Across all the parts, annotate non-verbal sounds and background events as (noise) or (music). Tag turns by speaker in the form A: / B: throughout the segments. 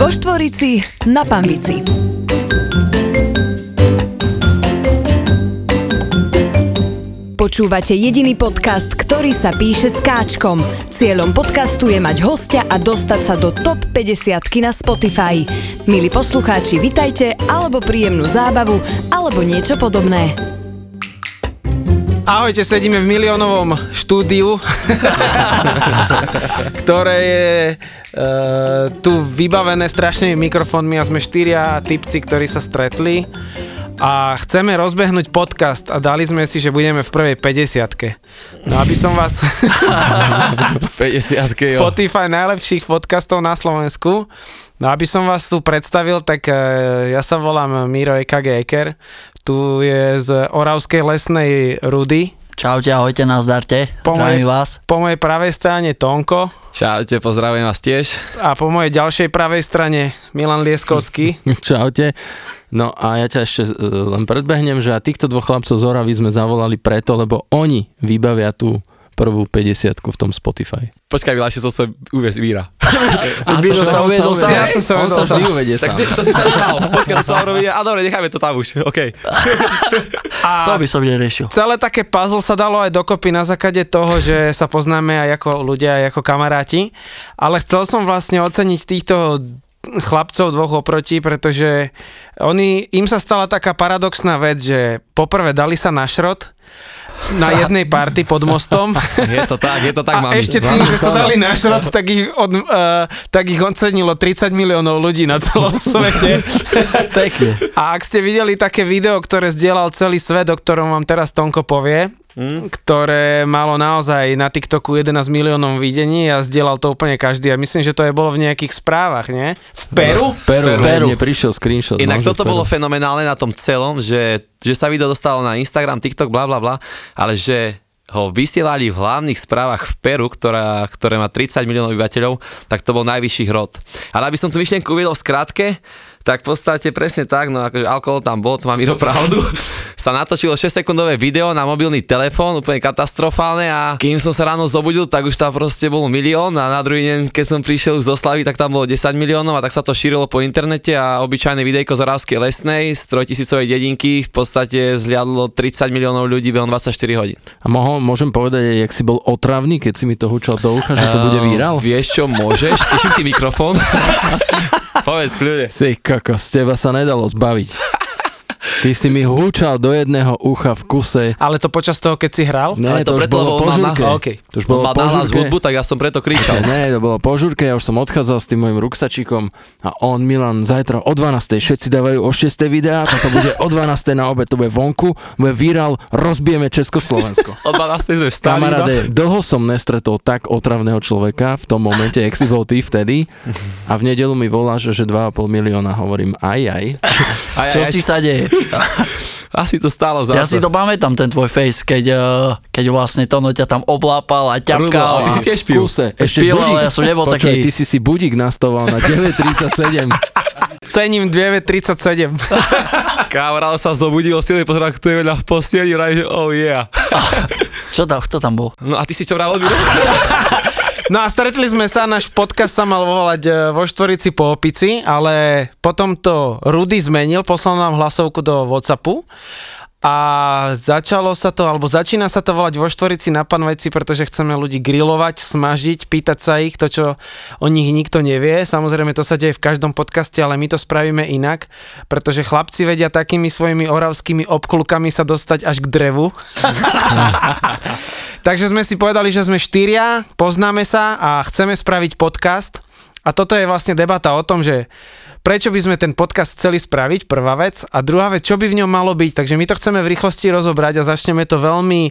A: Lorici na pambici. Počúvate jediný podcast, ktorý sa píše s káčkom. Cieľom podcastu je mať hostia a dostať sa do top 50 na Spotify. Milí poslucháči, vitajte, alebo príjemnú zábavu, alebo niečo podobné.
B: Ahojte, sedíme v miliónovom štúdiu, ktoré je e, tu vybavené strašnými mikrofónmi a sme štyria typci, ktorí sa stretli a chceme rozbehnúť podcast a dali sme si, že budeme v prvej 50 No aby som vás
C: 50 jo.
B: Spotify najlepších podcastov na Slovensku. No aby som vás tu predstavil, tak e, ja sa volám Miro EKG Eker. Tu je z Oravskej lesnej Rudy.
D: Čaute, ahojte, nazdarte.
B: Po mojej-
D: Zdravím vás.
B: Po mojej pravej strane Tonko
C: Čaute, pozdravujem vás tiež.
B: a po mojej ďalšej pravej strane Milan Lieskovský.
E: (laughs) Čaute. No a ja ťa ešte e, len predbehnem, že a týchto dvoch chlapcov z Oravy sme zavolali preto, lebo oni vybavia tú prvú 50 v tom Spotify.
C: Počkaj, Miláš, som sa uviez víra.
D: Uviedol sa, uviedol sa.
B: Ja som sa
E: On
B: vedel.
E: sa vždy uvedie
C: Tak
E: sám.
C: to, to si sa nebal. Počkaj, to sa robí. A dobre, necháme to tam už. OK.
D: (laughs) To
B: A
D: by som neriešil.
B: celé také puzzle sa dalo aj dokopy na základe toho, že sa poznáme aj ako ľudia, aj ako kamaráti. Ale chcel som vlastne oceniť týchto chlapcov dvoch oproti, pretože oni, im sa stala taká paradoxná vec, že poprvé dali sa na šrot na jednej party pod
D: (laughs)
B: mostom
C: Je to tak, je to
B: a
C: tak, mami.
B: ešte tým, že sa dali na šrot, tak ich, od, uh, tak ich ocenilo 30 miliónov ľudí na celom svete.
D: Pekne.
B: A ak ste videli také video, ktoré zdieľal celý svet, o ktorom vám teraz Tonko povie, ktoré malo naozaj na TikToku 11 miliónov videní a zdieľal to úplne každý. A myslím, že to aj bolo v nejakých správach, nie? V Peru?
E: Peru,
D: Peru.
E: Peru. Mne prišiel screenshot.
C: Inak
E: no, že
C: toto
E: Peru.
C: bolo fenomenálne na tom celom, že, že sa video dostalo na Instagram, TikTok, bla bla bla, ale že ho vysielali v hlavných správach v Peru, ktorá, ktoré má 30 miliónov obyvateľov, tak to bol najvyšší hrot. Ale aby som tú myšlienku uvedol v skratke, tak v podstate presne tak, no akože alkohol tam bol, to mám Miro pravdu, sa natočilo 6-sekundové video na mobilný telefón, úplne katastrofálne a kým som sa ráno zobudil, tak už tam proste bol milión a na druhý deň, keď som prišiel už z oslavy, tak tam bolo 10 miliónov a tak sa to šírilo po internete a obyčajné videjko z Oravskej lesnej z trojtisícovej dedinky v podstate zliadlo 30 miliónov ľudí behom 24 hodín.
E: A mohol, môžem povedať, aj, jak si bol otravný, keď si mi to hučal do ucha, že to bude
C: Ehm,
E: víral?
C: Vieš čo,
E: (laughs)
C: môžeš? Slyším ti mikrofón. Povedz kľude.
E: Si kokos, teba sa nedalo zbaviť. Ty si mi hučal do jedného ucha v kuse.
B: Ale to počas toho, keď si hral?
E: Ne,
C: Ale to
E: to, už
C: preto,
E: bolo
C: lebo
E: po
C: on má na-
E: žurke.
B: OK.
E: To už bolo
C: Mal
E: po
C: nahlas
E: žurke.
C: hudbu, tak ja som preto
E: (laughs)
C: kričal.
E: Ne, to bolo po žurke, ja už som odchádzal s tým mojim ruksačíkom a on, Milan, zajtra o 12. všetci dávajú o 6. videá, toto bude o 12. na obed, to bude vonku, bude virál, rozbijeme
D: (laughs)
E: Československo.
C: Od 12. sme vstali. no.
E: Kamaráde, dlho som nestretol tak otravného človeka v tom momente, jak si bol ty vtedy a v nedelu mi voláš, že 2,5 milióna, hovorím aj, aj.
C: Aj,
D: Čo
C: aj,
D: si sa deje?
C: Asi to stálo za
D: Ja si to pamätám, ten tvoj face, keď, eh, keď vlastne Tono ťa tam oblápal a
C: Rubo,
D: ťapkal.
C: ale ty si
D: a-
C: tiež pil.
E: Kuse, ešte
D: Pil,
E: budík.
D: ale ja som nebol
E: Počkaj,
D: taký-
E: ty si si budík nastavoval na 9.37.
B: Cením 237.
C: Kamarál sa zobudil, si len pozeral, kto je veľa v posteli, raj, že oh yeah.
D: Čo tam, kto tam bol?
C: (laughs) No a ty si čo vravel, Miro?
B: No a stretli sme sa, náš podcast sa mal volať e, vo štvorici po opici, ale potom to Rudy zmenil, poslal nám hlasovku do Whatsappu a začalo sa to, alebo začína sa to volať vo štvorici na panveci, pretože chceme ľudí grilovať, smažiť, pýtať sa ich, to čo o nich nikto nevie. Samozrejme to sa deje v každom podcaste, ale my to spravíme inak, pretože chlapci vedia takými svojimi oravskými obklukami sa dostať až k drevu. Takže sme si povedali, že sme štyria, poznáme sa a chceme spraviť podcast. A toto je vlastne debata o tom, že prečo by sme ten podcast chceli spraviť, prvá vec. A druhá vec, čo by v ňom malo byť. Takže my to chceme v rýchlosti rozobrať a začneme to veľmi...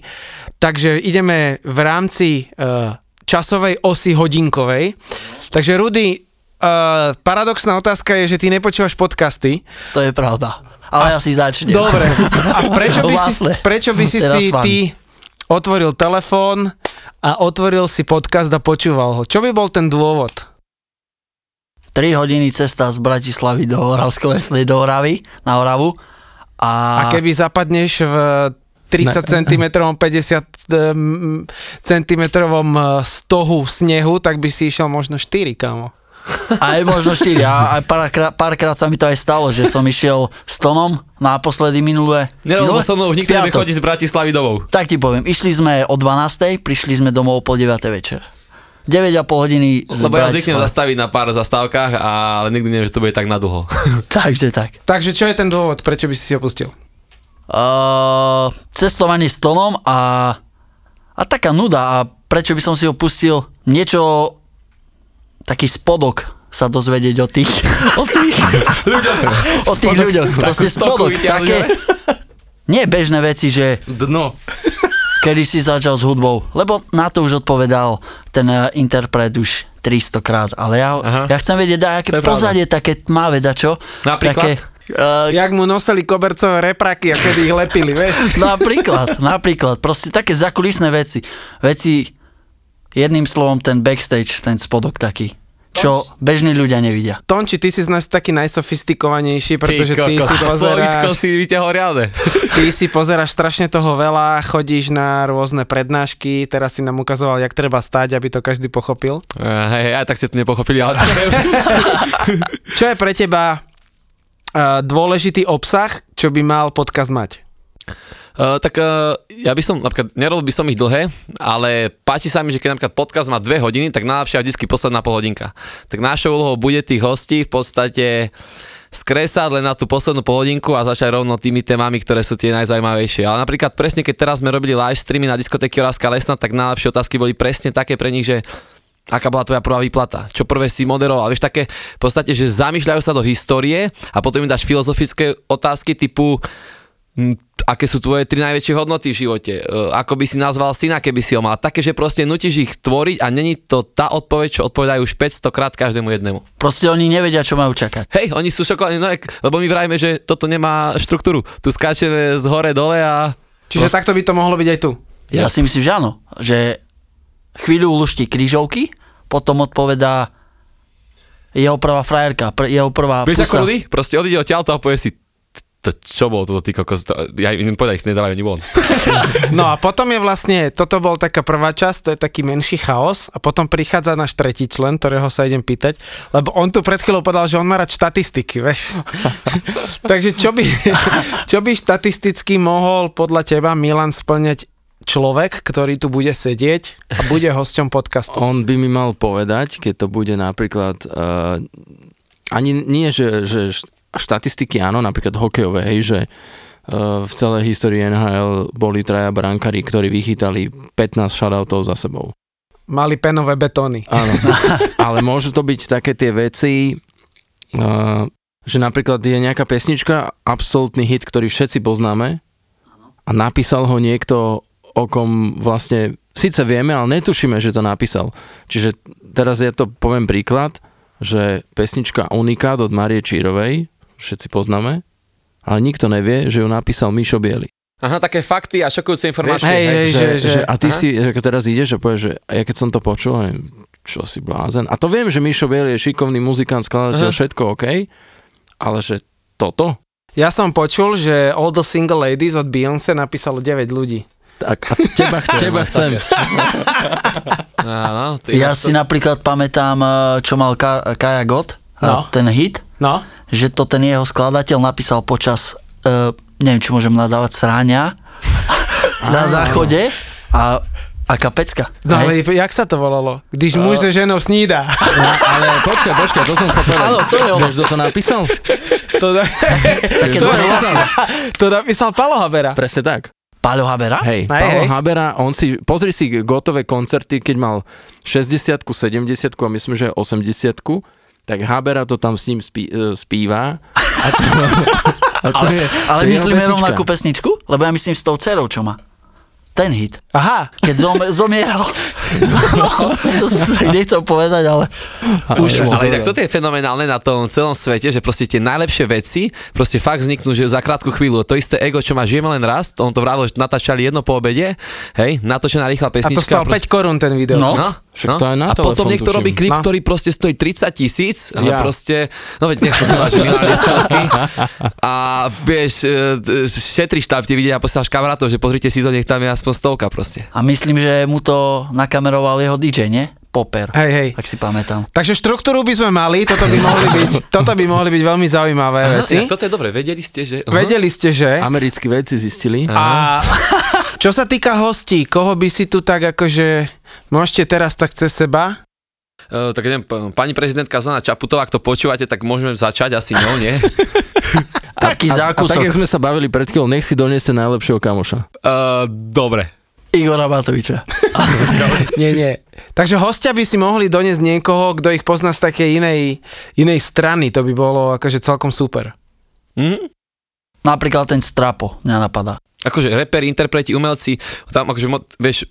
B: Takže ideme v rámci eh, časovej osy hodinkovej. Takže Rudy, eh, paradoxná otázka je, že ty nepočúvaš podcasty.
D: To je pravda. Ale ja si začnem.
B: Dobre.
D: (laughs)
B: A prečo by si,
D: Vlastne.
B: prečo by si,
D: Teraz
B: si
D: s vami.
B: ty otvoril telefón a otvoril si podcast a počúval ho? Čo by bol ten dôvod?
D: 3 hodiny cesta z Bratislavy do Oravskej lesnej do Oravy, na Oravu.
B: A,
D: A,
B: keby zapadneš v 30 cm, eh, 50 cm stohu snehu, tak by si išiel možno 4, kamo.
D: Aj možno 4. A aj párkrát, párkrát sa mi to aj stalo, že som išiel s Tonom naposledy minulé.
C: Nerobilo
D: minulé?
C: so mnou, nikto
D: Piatok.
C: nebude chodiť z Bratislavy domov.
D: Tak ti poviem, išli sme o 12. prišli sme domov o pol 9. večer. 9,5 hodiny z
C: Lebo ja zvyknem
D: Bratislava.
C: zastaviť na pár zastávkach, ale nikdy neviem, že to bude tak na (laughs) dlho.
D: (laughs) Takže tak.
B: Takže čo je ten dôvod, prečo by si si opustil?
D: Uh, cestovanie s tonom a, a taká nuda a prečo by som si opustil niečo, taký spodok sa dozvedieť o tých, (laughs) o
C: (laughs)
D: tých, o tých ľuďoch. Proste
C: stoku
D: spodok,
C: vyťahli.
D: také, nie bežné veci, že
B: Dno.
D: kedy si začal s hudbou, lebo na to už odpovedal ten eh, interpret už 300 krát, ale ja,
C: Aha.
D: ja chcem vedieť, daj, aké
C: To je pravda.
D: pozadie, také tmavé dačo.
C: Napríklad?
D: Také, eh,
B: Jak mu nosili kobercové repraky a kedy ich lepili, vieš?
D: Napríklad, napríklad. Proste také zakulisné veci. Veci, jedným slovom, ten backstage, ten spodok taký. Čo bežní ľudia nevidia.
B: Tonči, ty si z nás taký najsofistikovanejší, pretože ty,
C: kokos,
B: si
C: slovíčko
B: pozeráš,
C: si vyťahol riadne.
B: ty si pozeráš strašne toho veľa, chodíš na rôzne prednášky, teraz si nám ukazoval, jak treba stať, aby to každý pochopil.
C: Eh, Hej, aj tak ste to nepochopili, ale (laughs)
B: Čo je pre teba uh, dôležitý obsah, čo by mal podcast mať?
C: Uh, tak uh, ja by som, napríklad, nerobil by som ich dlhé, ale páči sa mi, že keď napríklad podcast má dve hodiny, tak najlepšia je vždy posledná polhodinka. Tak našou úlohou bude tých hostí v podstate skresať len na tú poslednú polhodinku a začať rovno tými témami, ktoré sú tie najzaujímavejšie. Ale napríklad presne, keď teraz sme robili live streamy na diskotéky Orázka Lesna, tak najlepšie otázky boli presne také pre nich, že aká bola tvoja prvá výplata, čo prvé si moderoval, vieš také v podstate, že zamýšľajú sa do histórie a potom im dáš filozofické otázky typu m, Hm, aké sú tvoje tri najväčšie hodnoty v živote, e, ako by si nazval syna, keby si ho mal. Také, že proste nutíš ich tvoriť a není to tá odpoveď, čo odpovedajú už 500 krát každému jednému.
D: Proste oni nevedia, čo majú čakať.
C: Hej, oni sú šokovaní, no, jak- lebo my vrajme, že toto nemá štruktúru. Tu skáčeme z hore dole a...
B: Čiže Prost... takto by to mohlo byť aj tu.
D: Ja si myslím, že áno. Že chvíľu luští krížovky, potom odpovedá jeho prvá frajerka, pr- jeho prvá
C: Vieš ako
D: pusa.
C: ľudí? Proste odíde od ťaľto a povie si, to čo bolo toto, ty kokos, to, ja im povedať, ich nedávajú ani von.
B: No a potom je vlastne, toto bol taká prvá časť, to je taký menší chaos a potom prichádza náš tretí člen, ktorého sa idem pýtať, lebo on tu pred chvíľou povedal, že on má rád štatistiky, vieš. (laughs) Takže čo by, čo by štatisticky mohol podľa teba Milan splňať človek, ktorý tu bude sedieť a bude hosťom podcastu?
E: On by mi mal povedať, keď to bude napríklad, uh, ani nie, že, že št- štatistiky áno, napríklad hokejové, hej, že uh, v celej histórii NHL boli traja brankári, ktorí vychytali 15 shoutoutov za sebou.
B: Mali penové betóny.
E: Áno. (laughs) Ale môžu to byť také tie veci, uh, že napríklad je nejaká pesnička, absolútny hit, ktorý všetci poznáme a napísal ho niekto, o kom vlastne síce vieme, ale netušíme, že to napísal. Čiže teraz ja to poviem príklad, že pesnička Unikát od Marie Čírovej, všetci poznáme, ale nikto nevie, že ju napísal Mišo Bieli.
C: Aha, také fakty a šokujúce informácie.
B: Hej, hej,
E: Že, že,
B: že-
E: že, a ty
C: aha.
E: si že ako teraz ideš a povieš, že a ja keď som to počul, hovorím, čo si blázen. A to viem, že Mišo Biel je šikovný muzikant, skladateľ,
C: Aha.
E: všetko OK, ale že toto?
B: Ja som počul, že All the Single Ladies od Beyoncé napísalo 9 ľudí.
E: Tak a teba, teba chcem.
C: Áno, no, ty,
D: Ja si napríklad pamätám, eh, čo mal Ka- Kaja Gott,
B: No.
D: no. ten hit.
B: No,
D: že to ten jeho skladateľ napísal počas, uh, neviem, či môžem nadávať, sráňa (laughs) na záchode a, a kapecka.
B: no ale
D: hej?
B: jak sa to volalo? Když muž so ženou snída.
E: No, ale počkaj, počkaj, to som sa povedal.
D: Áno, to je ono.
E: Vieš, kto to napísal?
B: To, na-
D: Také
E: to
D: dve
E: je
D: hlasy.
B: (laughs) to napísal Palo Habera.
E: Presne tak.
D: Paľo Habera?
E: Hej,
B: Hej,
E: Paolo
B: hej.
E: Habera, on si, pozri si gotové koncerty, keď mal 60 70 a myslím, že aj 80 tak Habera to tam s ním spí, eh, spíva. A to, a to
D: Ale,
E: je,
D: ale
E: to je jeho
D: myslíme
E: pesnička.
D: rovnakú pesničku? Lebo ja myslím s tou dcerou, čo má. Ten hit.
B: Aha,
D: Keď zom, zomieral. No, to som tak nechcel povedať, ale už...
C: ale tak toto je fenomenálne na tom celom svete, že proste tie najlepšie veci proste fakt vzniknú, že za krátku chvíľu. To isté ego, čo má žijeme len raz, on to vravo, že natáčali jedno po obede, hej, natočená rýchla
B: a to
C: pesnička.
B: stalo 5 korún ten video.
D: No.
C: No,
E: Však
C: no.
E: to aj na
C: a potom
E: telefón
C: niekto
E: tuším.
C: robí klip,
B: No.
C: ktorý proste stojí 30 tisíc, ale
E: Ja.
C: proste, no veď nechcem sa vážiť Milan Leskovský. A vieš, e, e, šetriš tam tie videa a posielaš kamarátov, že pozrite si to, nech tam je aspoň stovka proste.
D: A myslím, že mu to nakameroval jeho DJ, nie? Popper,
B: Hej, hej.
D: ak si pamätám.
B: Takže štruktúru by sme mali, toto by mohli byť,
C: (laughs)
B: toto by mohli byť veľmi zaujímavé veci.
C: Inak toto je dobre, vedeli ste, že... Aha.
B: Vedeli ste, že?
E: Americkí vedci zistili.
B: A čo sa týka hostí, koho by si tu tak akože, môžete teraz tak cez seba?
C: E, tak neviem, p- pani prezidentka Zana Čaputová, ak to počúvate, tak môžeme začať asi ňou, nie? (laughs)
D: Taký
E: A tak, jak
D: zákusok
E: sme sa bavili pred chvíľou, nech si donese najlepšieho kamoša.
C: Uh, dobre.
D: Igora
E: (laughs)
D: Matoviča.
B: Nie, nie. Takže hostia by si mohli doniesť niekoho, kto ich pozná z takej inej, inej strany, to by bolo akože celkom super.
C: Hm?
D: Napríklad ten Strapo mňa napadá.
C: Akože reperi, interpreti, umelci, tam akože, mo- vieš,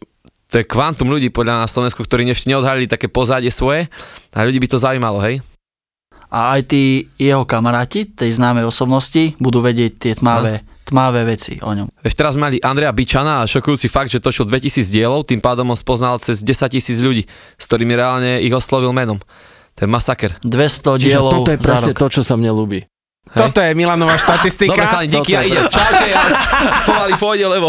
C: to je kvantum ľudí podľa nás na Slovensku, ktorí ešte neodhalili také pozadie svoje a ľudí by to zaujímalo, hej?
D: A aj tí jeho kamaráti, tej známej osobnosti, budú vedieť tie tmavé, tmavé veci o ňom.
C: Vieš, teraz mali Andrea Bičana a šokujúci fakt, že točil 2000 dielov, tým pádom on spoznal cez 10 tisíc ľudí, s ktorými reálne ich oslovil menom. To je masaker.
D: 200
E: Čiže
D: dielov
E: toto je
D: za
E: presne
D: rok.
E: to, čo sa mne ľúbi.
C: Hej.
B: Toto je Milanová
C: Dobre,
B: štatistika.
C: chalani, díky,
E: Toto
C: ja
E: je
C: idem. Čaute, ja s- pomaly pôjde, lebo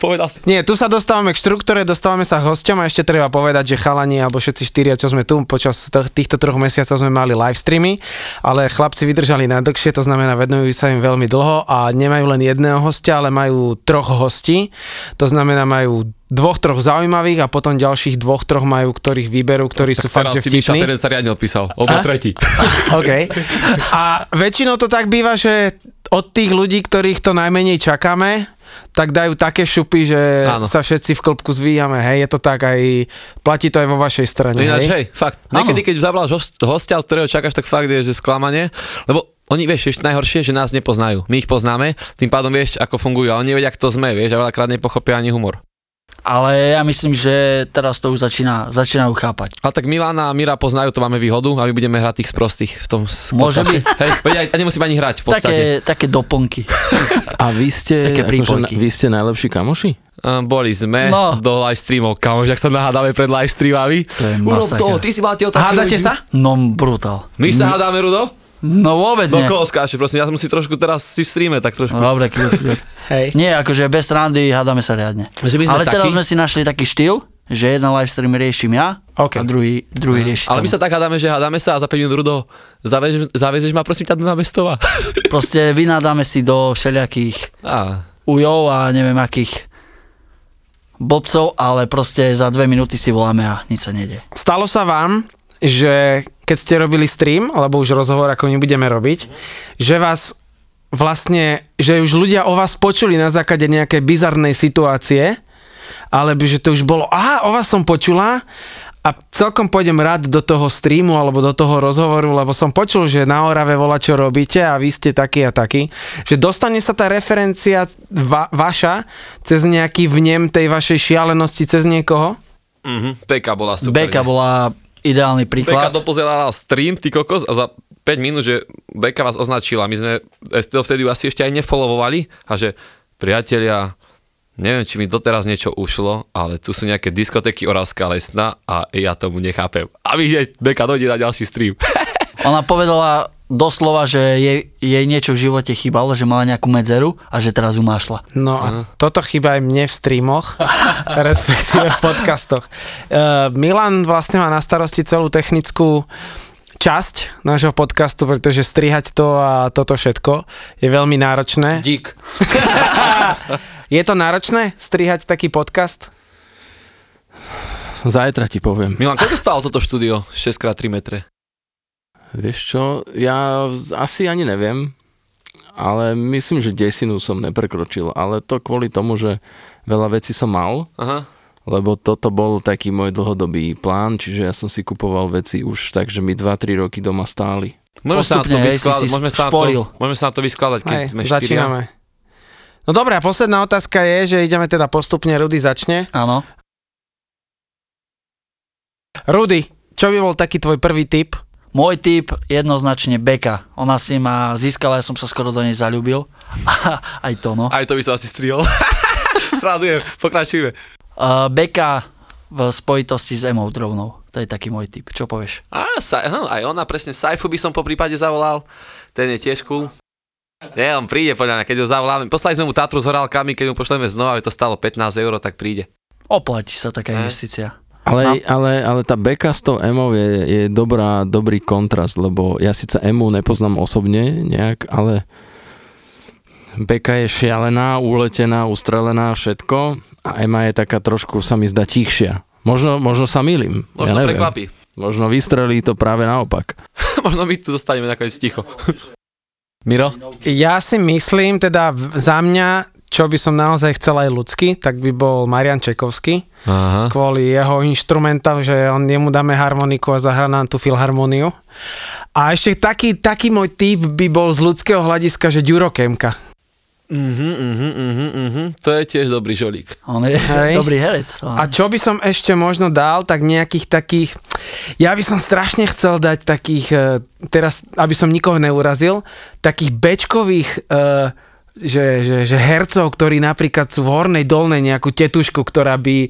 C: povedal som.
B: Nie, tu sa dostávame k štruktúre, dostávame sa k hosťom a ešte treba povedať, že chalani alebo všetci štyria, čo sme tu, počas t- týchto troch mesiacov sme mali live streamy, ale chlapci vydržali najdlhšie, to znamená venujú sa im veľmi dlho a nemajú len jedného hostia, ale majú troch hostí, to znamená majú dvoch, troch zaujímavých a potom ďalších dvoch, troch majú, ktorých vyberú, ktorí sú fakt, že
C: si Miša teda
B: vtipní.
C: Ferenc sa riadne odpísal. Obo tretí.
B: OK. A väčšinou to tak býva, že od tých ľudí, ktorých to najmenej čakáme, tak dajú také šupy, že
C: Áno.
B: Áno. sa všetci v klopku zvíjame. Hej, je to tak aj, platí to aj vo vašej strane.
C: No Ináč,
B: Hej?
C: hej, fakt.
D: Áno.
C: Niekedy, keď zabláš host, hostia, od ktorého čakáš, tak fakt je, že sklamanie. Lebo oni, vieš, ešte najhoršie, že nás nepoznajú. My ich poznáme, tým pádom vieš, ako fungujú. A oni vedia, kto sme, vieš, a veľakrát nepochopia ani humor.
D: Ale ja myslím, že teraz to už začína, začínajú chápať.
C: Ale tak Milana a Mira poznajú, to máme výhodu a my budeme hrať tých sprostých v tom s-
D: Môže
C: podcaste.
D: byť.
C: Hej, vedia, a nemusíme ani hrať v podstate.
D: Také, také doplnky.
E: A vy ste,
D: Také
E: akože,
D: prípojky.
E: vy ste najlepší kamoši?
C: Uh, boli sme
D: No.
C: do live streamov, kamož, ak sa nahádame pred live streamami.
D: To je
C: Urob
D: masaker.
C: to, ty si mal tie otázky.
B: Hádate
C: ľudí.
B: sa?
D: No brutál.
C: My sa hádame, Rudo?
D: No vôbec
C: Do
D: nie.
C: koho skáče, prosím, ja som si trošku teraz si v streame, tak trošku.
D: No, Dobre, kľud, kľud.
B: Hej.
D: Nie, akože bez randy hádame sa riadne.
C: Že my sme
D: Ale teraz
C: takí?
D: sme si našli taký štýl, že jeden live stream riešim ja
B: OK.
D: a druhý, druhý rieši
C: Ale my sa
D: Tomo.
C: tak hádame, že hádame sa a za 5 minút Rudo, zavež, zavezeš ma prosím ťa do Námestova.
D: (laughs) Proste vynadáme si do všelijakých
C: Á,
D: ujov a neviem akých blbcov, ale proste za dve minúty si voláme a nič sa nejde.
B: Stalo sa vám, že keď ste robili stream, alebo už rozhovor, ako nebudeme robiť, že vás vlastne, že už ľudia o vás počuli na základe nejakej bizarnej situácie, alebo že to už bolo, aha, o vás som počula a celkom pôjdem rád do toho streamu alebo do toho rozhovoru, lebo som počul, že na Orave volá, čo robíte a vy ste taký a taký, že dostane sa tá referencia va- vaša cez nejaký vnem tej vašej šialenosti cez niekoho?
C: mhm, Peka bola super.
D: Beka
C: nie?
D: bola ideálny
C: Beka
D: príklad.
C: dopozerala stream, ty kokos, a za 5 minút, že Beka vás označila. My sme ešte vtedy asi ešte aj nefollowovali a že priatelia, neviem, či mi doteraz niečo ušlo, ale tu sú nejaké diskotéky Oravská lesná a ja tomu nechápem. A my hneď Beka dojde na ďalší stream.
D: Ona povedala doslova, že jej, jej niečo v živote chýbalo, že mala nejakú medzeru a že teraz ju našla.
B: No
E: Mhm.
B: a toto chyba aj mne v
C: (laughs)
B: streamoch, respektíve v podcastoch. Eh, Milan vlastne má na starosti celú technickú časť nášho podcastu, pretože strihať to a toto všetko je veľmi
C: (laughs)
B: náročné.
C: Dík.
B: Je to náročné strihať taký podcast?
E: Zajtra ti poviem.
C: (laughs) Milan, koľko stálo toto štúdio? 6x3 metre.
E: Vieš čo, ja z- asi ani neviem, ale myslím, že desinu som neprekročil, ale to kvôli tomu, že veľa vecí som mal,
C: Aha.
E: lebo toto bol taký môj dlhodobý plán, čiže ja som si kupoval veci už tak, že mi 2-3 roky doma stáli.
C: Môžeme sa na to
D: Postupne, hej, si
C: vyskladať,
D: si
C: môžeme sa, na to,
D: šporil.
C: môžeme sa na to vyskladať, keď
B: Hej,
C: sme štyria.
B: začíname. No dobré, a posledná otázka je, že ideme teda postupne, Rudy začne.
D: Áno.
B: Rudy, čo by bol taký tvoj prvý tip?
D: Môj typ jednoznačne Beka. Ona si ma získala, ja som sa skoro do nej (laughs) zalúbil. Aj to no.
C: Aj to by som asi strihol. (laughs) Sradujem, pokračujeme.
D: Uh, Beka v spojitosti s Emou Drobnou. To je taký môj typ. Čo povieš?
C: Á, sa, no, aj ona presne, Saifu by som po prípade zavolal, ten je tiež cool. Nie, on príde podľa mňa, keď ho zavoláme. Poslali sme mu Tatru s horálkami, keď mu pošleme znova, aby to stalo 15 eur, tak príde.
D: Oplatí sa
C: Hm.
D: taká investícia.
E: Ale, ale, ale tá beka s tou emou je, je dobrá, dobrý kontrast, lebo ja síce emu nepoznám osobne nejak, ale beka je šialená, uletená, ustrelená, všetko a ema je taká trošku, sa mi zdá, tichšia. Možno, možno sa milím.
C: Možno
E: ja neviem.
C: prekvapí. (laughs)
E: Možno vystrelí to práve naopak.
C: Možno my tu zostaneme nakoniec ticho. Miro?
B: Ja si myslím, teda v- za mňa, čo by som naozaj chcel aj ľudsky, tak by bol Marian Čekovský,
C: Aha.
B: kvôli jeho inštrumentám, že on, jemu dáme harmoniku a zahrá nám tú filharmoniu. A ešte taký, taký môj typ by bol z ľudského hľadiska, že Ďuro Kemka.
C: Mhm, mhm, mhm, mhm. To je tiež dobrý žolík.
D: On je
B: Hej.
D: (laughs) dobrý herec.
B: A čo by som ešte možno dal, tak nejakých takých, ja by som strašne chcel dať takých, e, teraz, aby som nikoho neurazil, takých bečkových, e, že, že, že hercov, ktorí napríklad sú v hornej dolnej nejakú tetušku, ktorá by,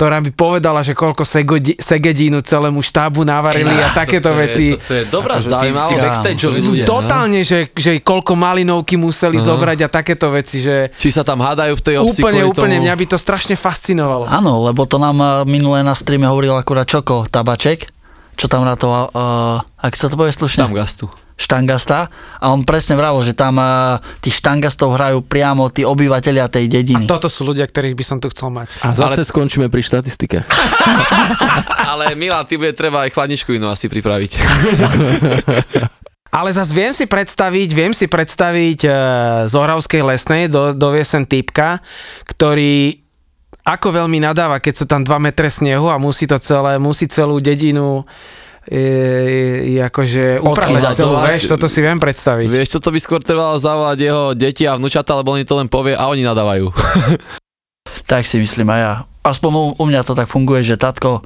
B: ktorá by povedala, že koľko segodi, segedínu celému štábu navarili a takéto
C: (laughs) to je-
B: veci.
C: To, to je dobrá
E: Akože tí-
C: zaujímavosť.
E: tí backstageoví ľudia, no.
B: Totálne, že, že koľko malinovky
C: No.
B: museli zobrať a takéto veci, že
C: Či sa tam hádajú v tej obci
B: úplne,
C: kvôli
B: úplne,
C: tomu?
B: mňa by to strašne fascinovalo.
D: Áno, lebo to nám eh, minulé na streame hovoril akurát Čoko Tabaček, čo tam na to, uh, ak sa to povie slušne?
C: Tam gastu.
D: Štangasta. A on presne vravil, že tam uh, tých štangastov hrajú priamo tí obyvateľia tej dediny.
B: Toto sú ľudia, ktorých by som tu chcel mať.
E: A zase ale... skončíme pri štatistikách.
C: Ale Milan, ty bude treba aj chladničku inú asi pripraviť.
B: Ale zase viem si predstaviť, viem si predstaviť e, z Oravskej lesnej do, dovie sem typka, ktorý ako veľmi nadáva, keď sú tam 2 metre snehu a musí to celé, musí celú dedinu e, e, akože upravať
D: Odkladať.
B: celú, vieš, toto si viem predstaviť.
C: Vieš, čo to by skôr trebalo zavolať jeho deti a vnúčata, lebo oni to len povie a
B: (laughs)
C: oni nadávajú.
D: Tak si myslím aj ja. Aspoň u, u mňa to tak funguje, že tatko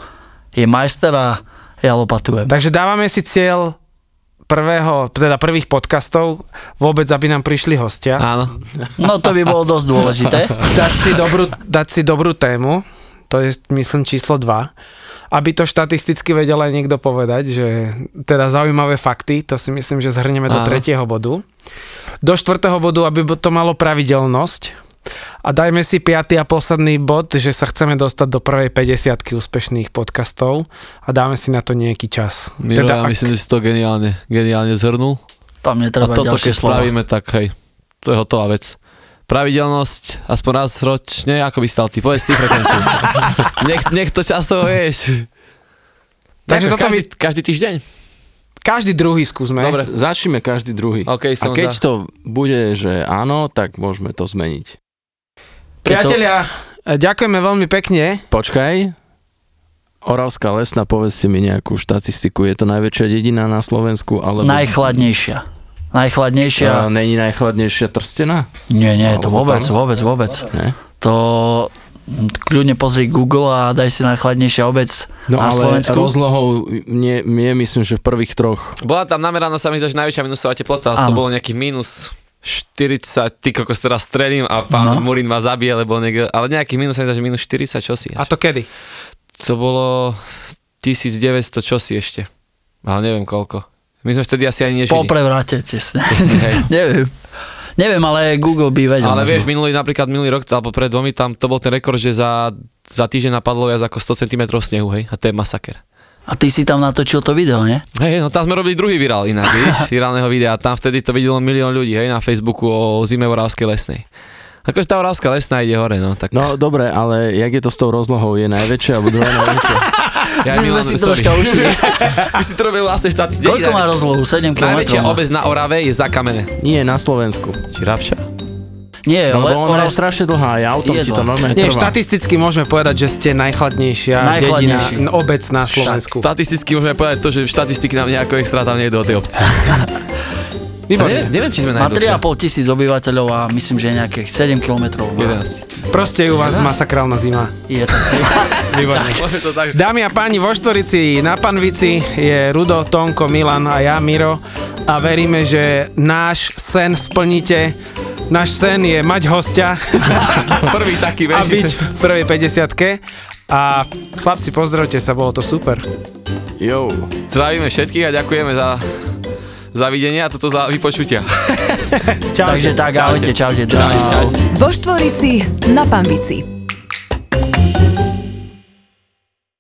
D: je majster a ja lopatujem.
B: Takže dávame si cieľ prvého, teda prvých podcastov, vôbec, aby nám prišli hostia.
C: Áno.
D: No to by bolo dosť dôležité.
B: dať si dobrú, dať si dobrú tému, to je myslím číslo 2, aby to štatisticky vedel aj niekto povedať, že teda zaujímavé fakty, to si myslím, že zhrnieme do
C: Áno.
B: tretieho bodu. Do štvrtého bodu, aby to malo pravidelnosť. A dajme si piatý a posledný bod, že sa chceme dostať do prvej 50 úspešných podcastov a dáme si na to nejaký čas.
C: Miro,
B: Teda
C: ja
B: ak-
C: myslím, že si to geniálne, geniálne zhrnul.
D: Tam
C: A
D: netreba
C: toto, keď
D: ďalšie slova.
C: spravíme, tak hej, to je hotová vec. Pravidelnosť, aspoň raz ročne, ako by stal ty, povedz
B: (laughs)
C: ty frekvenciu. nech, nech to časovo vieš.
B: Takže toto
C: Ako každý, každý týždeň?
B: Každý druhý skúsme.
C: Dobre.
E: Začneme každý druhý.
C: OK,
E: A
C: som
E: keď
C: za.
E: to bude, že áno, tak môžeme to zmeniť.
D: Keď to-
B: Priatelia, e, ďakujeme veľmi pekne.
E: Počkaj, Oravská lesna, povedzte mi nejakú štatistiku. Je to najväčšia dedina na Slovensku? Alebo...
D: Najchladnejšia. Najchladnejšia.
E: A Není najchladnejšia trstená?
D: Nie, nie, to
E: Alebo
D: vôbec,
E: tam?
D: vôbec, vôbec.
E: Ne?
D: To mm, kľudne pozri Google a daj si najchladnejšia obec
E: No
D: na
E: ale
D: Slovensku.
E: rozlohou nie, nie, myslím, že v prvých troch.
C: Bola tam nameraná sa mi zdá, že najväčšia minusová teplota, to
D: Áno.
C: bolo nejakých minus 40, ty kokos teraz strelím a pán
D: No.
C: Murin ma zabije, lebo niekde, ale nejakých minus sa mi zdá, že minus 40 čosi.
B: A to kedy?
C: To bolo 1900 čosi ešte. Ale neviem koľko. My sme vtedy asi ani nežili.
D: Po prevrate tesne.
C: hej.
D: (laughs) Neviem. Neviem, ale Google by vedel. no.
C: Ale
D: možno.
C: vieš, minulý, napríklad minulý rok, alebo pred dvomi, tam to bol ten rekord, že za, za týždeň napadlo viac ako 100 cm snehu, hej, a to je masaker.
D: A ty si tam natočil to video, nie?
C: Hej, no tam sme robili druhý virál inak,
D: (laughs)
C: vidíš, virálneho videa, tam vtedy to videlo milión ľudí, hej, na Facebooku o zime v Oravskej lesnej. Akože tá Oravská lesná ide hore, no, tak
E: No dobre, ale jak je to s tou rozlohou? Je najväčšia alebo druhá najväčšia?
C: ja
D: My sme
C: Milanovi,
D: si
C: sorry.
D: troška ušili.
C: (laughs) My si to robili vlastne štatistiky.
D: Koľko má rozlohu? 7 km?
C: Najväčšia obec na Orave je za kamene.
E: Nie, na Slovensku.
C: Či Rabša?
D: Nie,
E: No,
D: ale
E: lebo ona je
D: Oravská
E: strašne dlhá a ja o tom
D: Je
E: ti to
D: dlhá.
E: normálne
B: Nie,
E: trvá.
B: štatisticky môžeme povedať, že ste najchladnejšia dedina,
D: Najchladnejší.
B: n- obec na Slovensku.
C: Statisticky môžeme povedať to, že štatistiky nám nejako extra tam nejdu do tej
D: (laughs)
C: obce. Ne,
B: Výborne.
C: neviem, či sme
D: má
C: najdlhšia.
D: 3,5 tisíc obyvateľov a myslím, že nejakých 7 km.
C: 11.
B: Proste je u vás masakrálna zima.
D: Je to
B: Výborne.
C: Môžeme to tak,
B: Dámy a páni, vo Štvorici na Panvici je Rudo, Tonko, Milan a ja, Miro. A veríme, že náš sen splníte. Náš sen je mať hostia
C: Prvý taký
B: a
C: väčší.
B: byť v prvej 50 A chlapci, pozdravte sa, bolo to super.
E: Jo.
C: Zdravíme všetkých a ďakujeme za, za videnie a toto za vypočutia.
B: Čaute.
D: Takže tak, ahojte, čaute, držte sa.
A: Vo Štvorici na Pambici.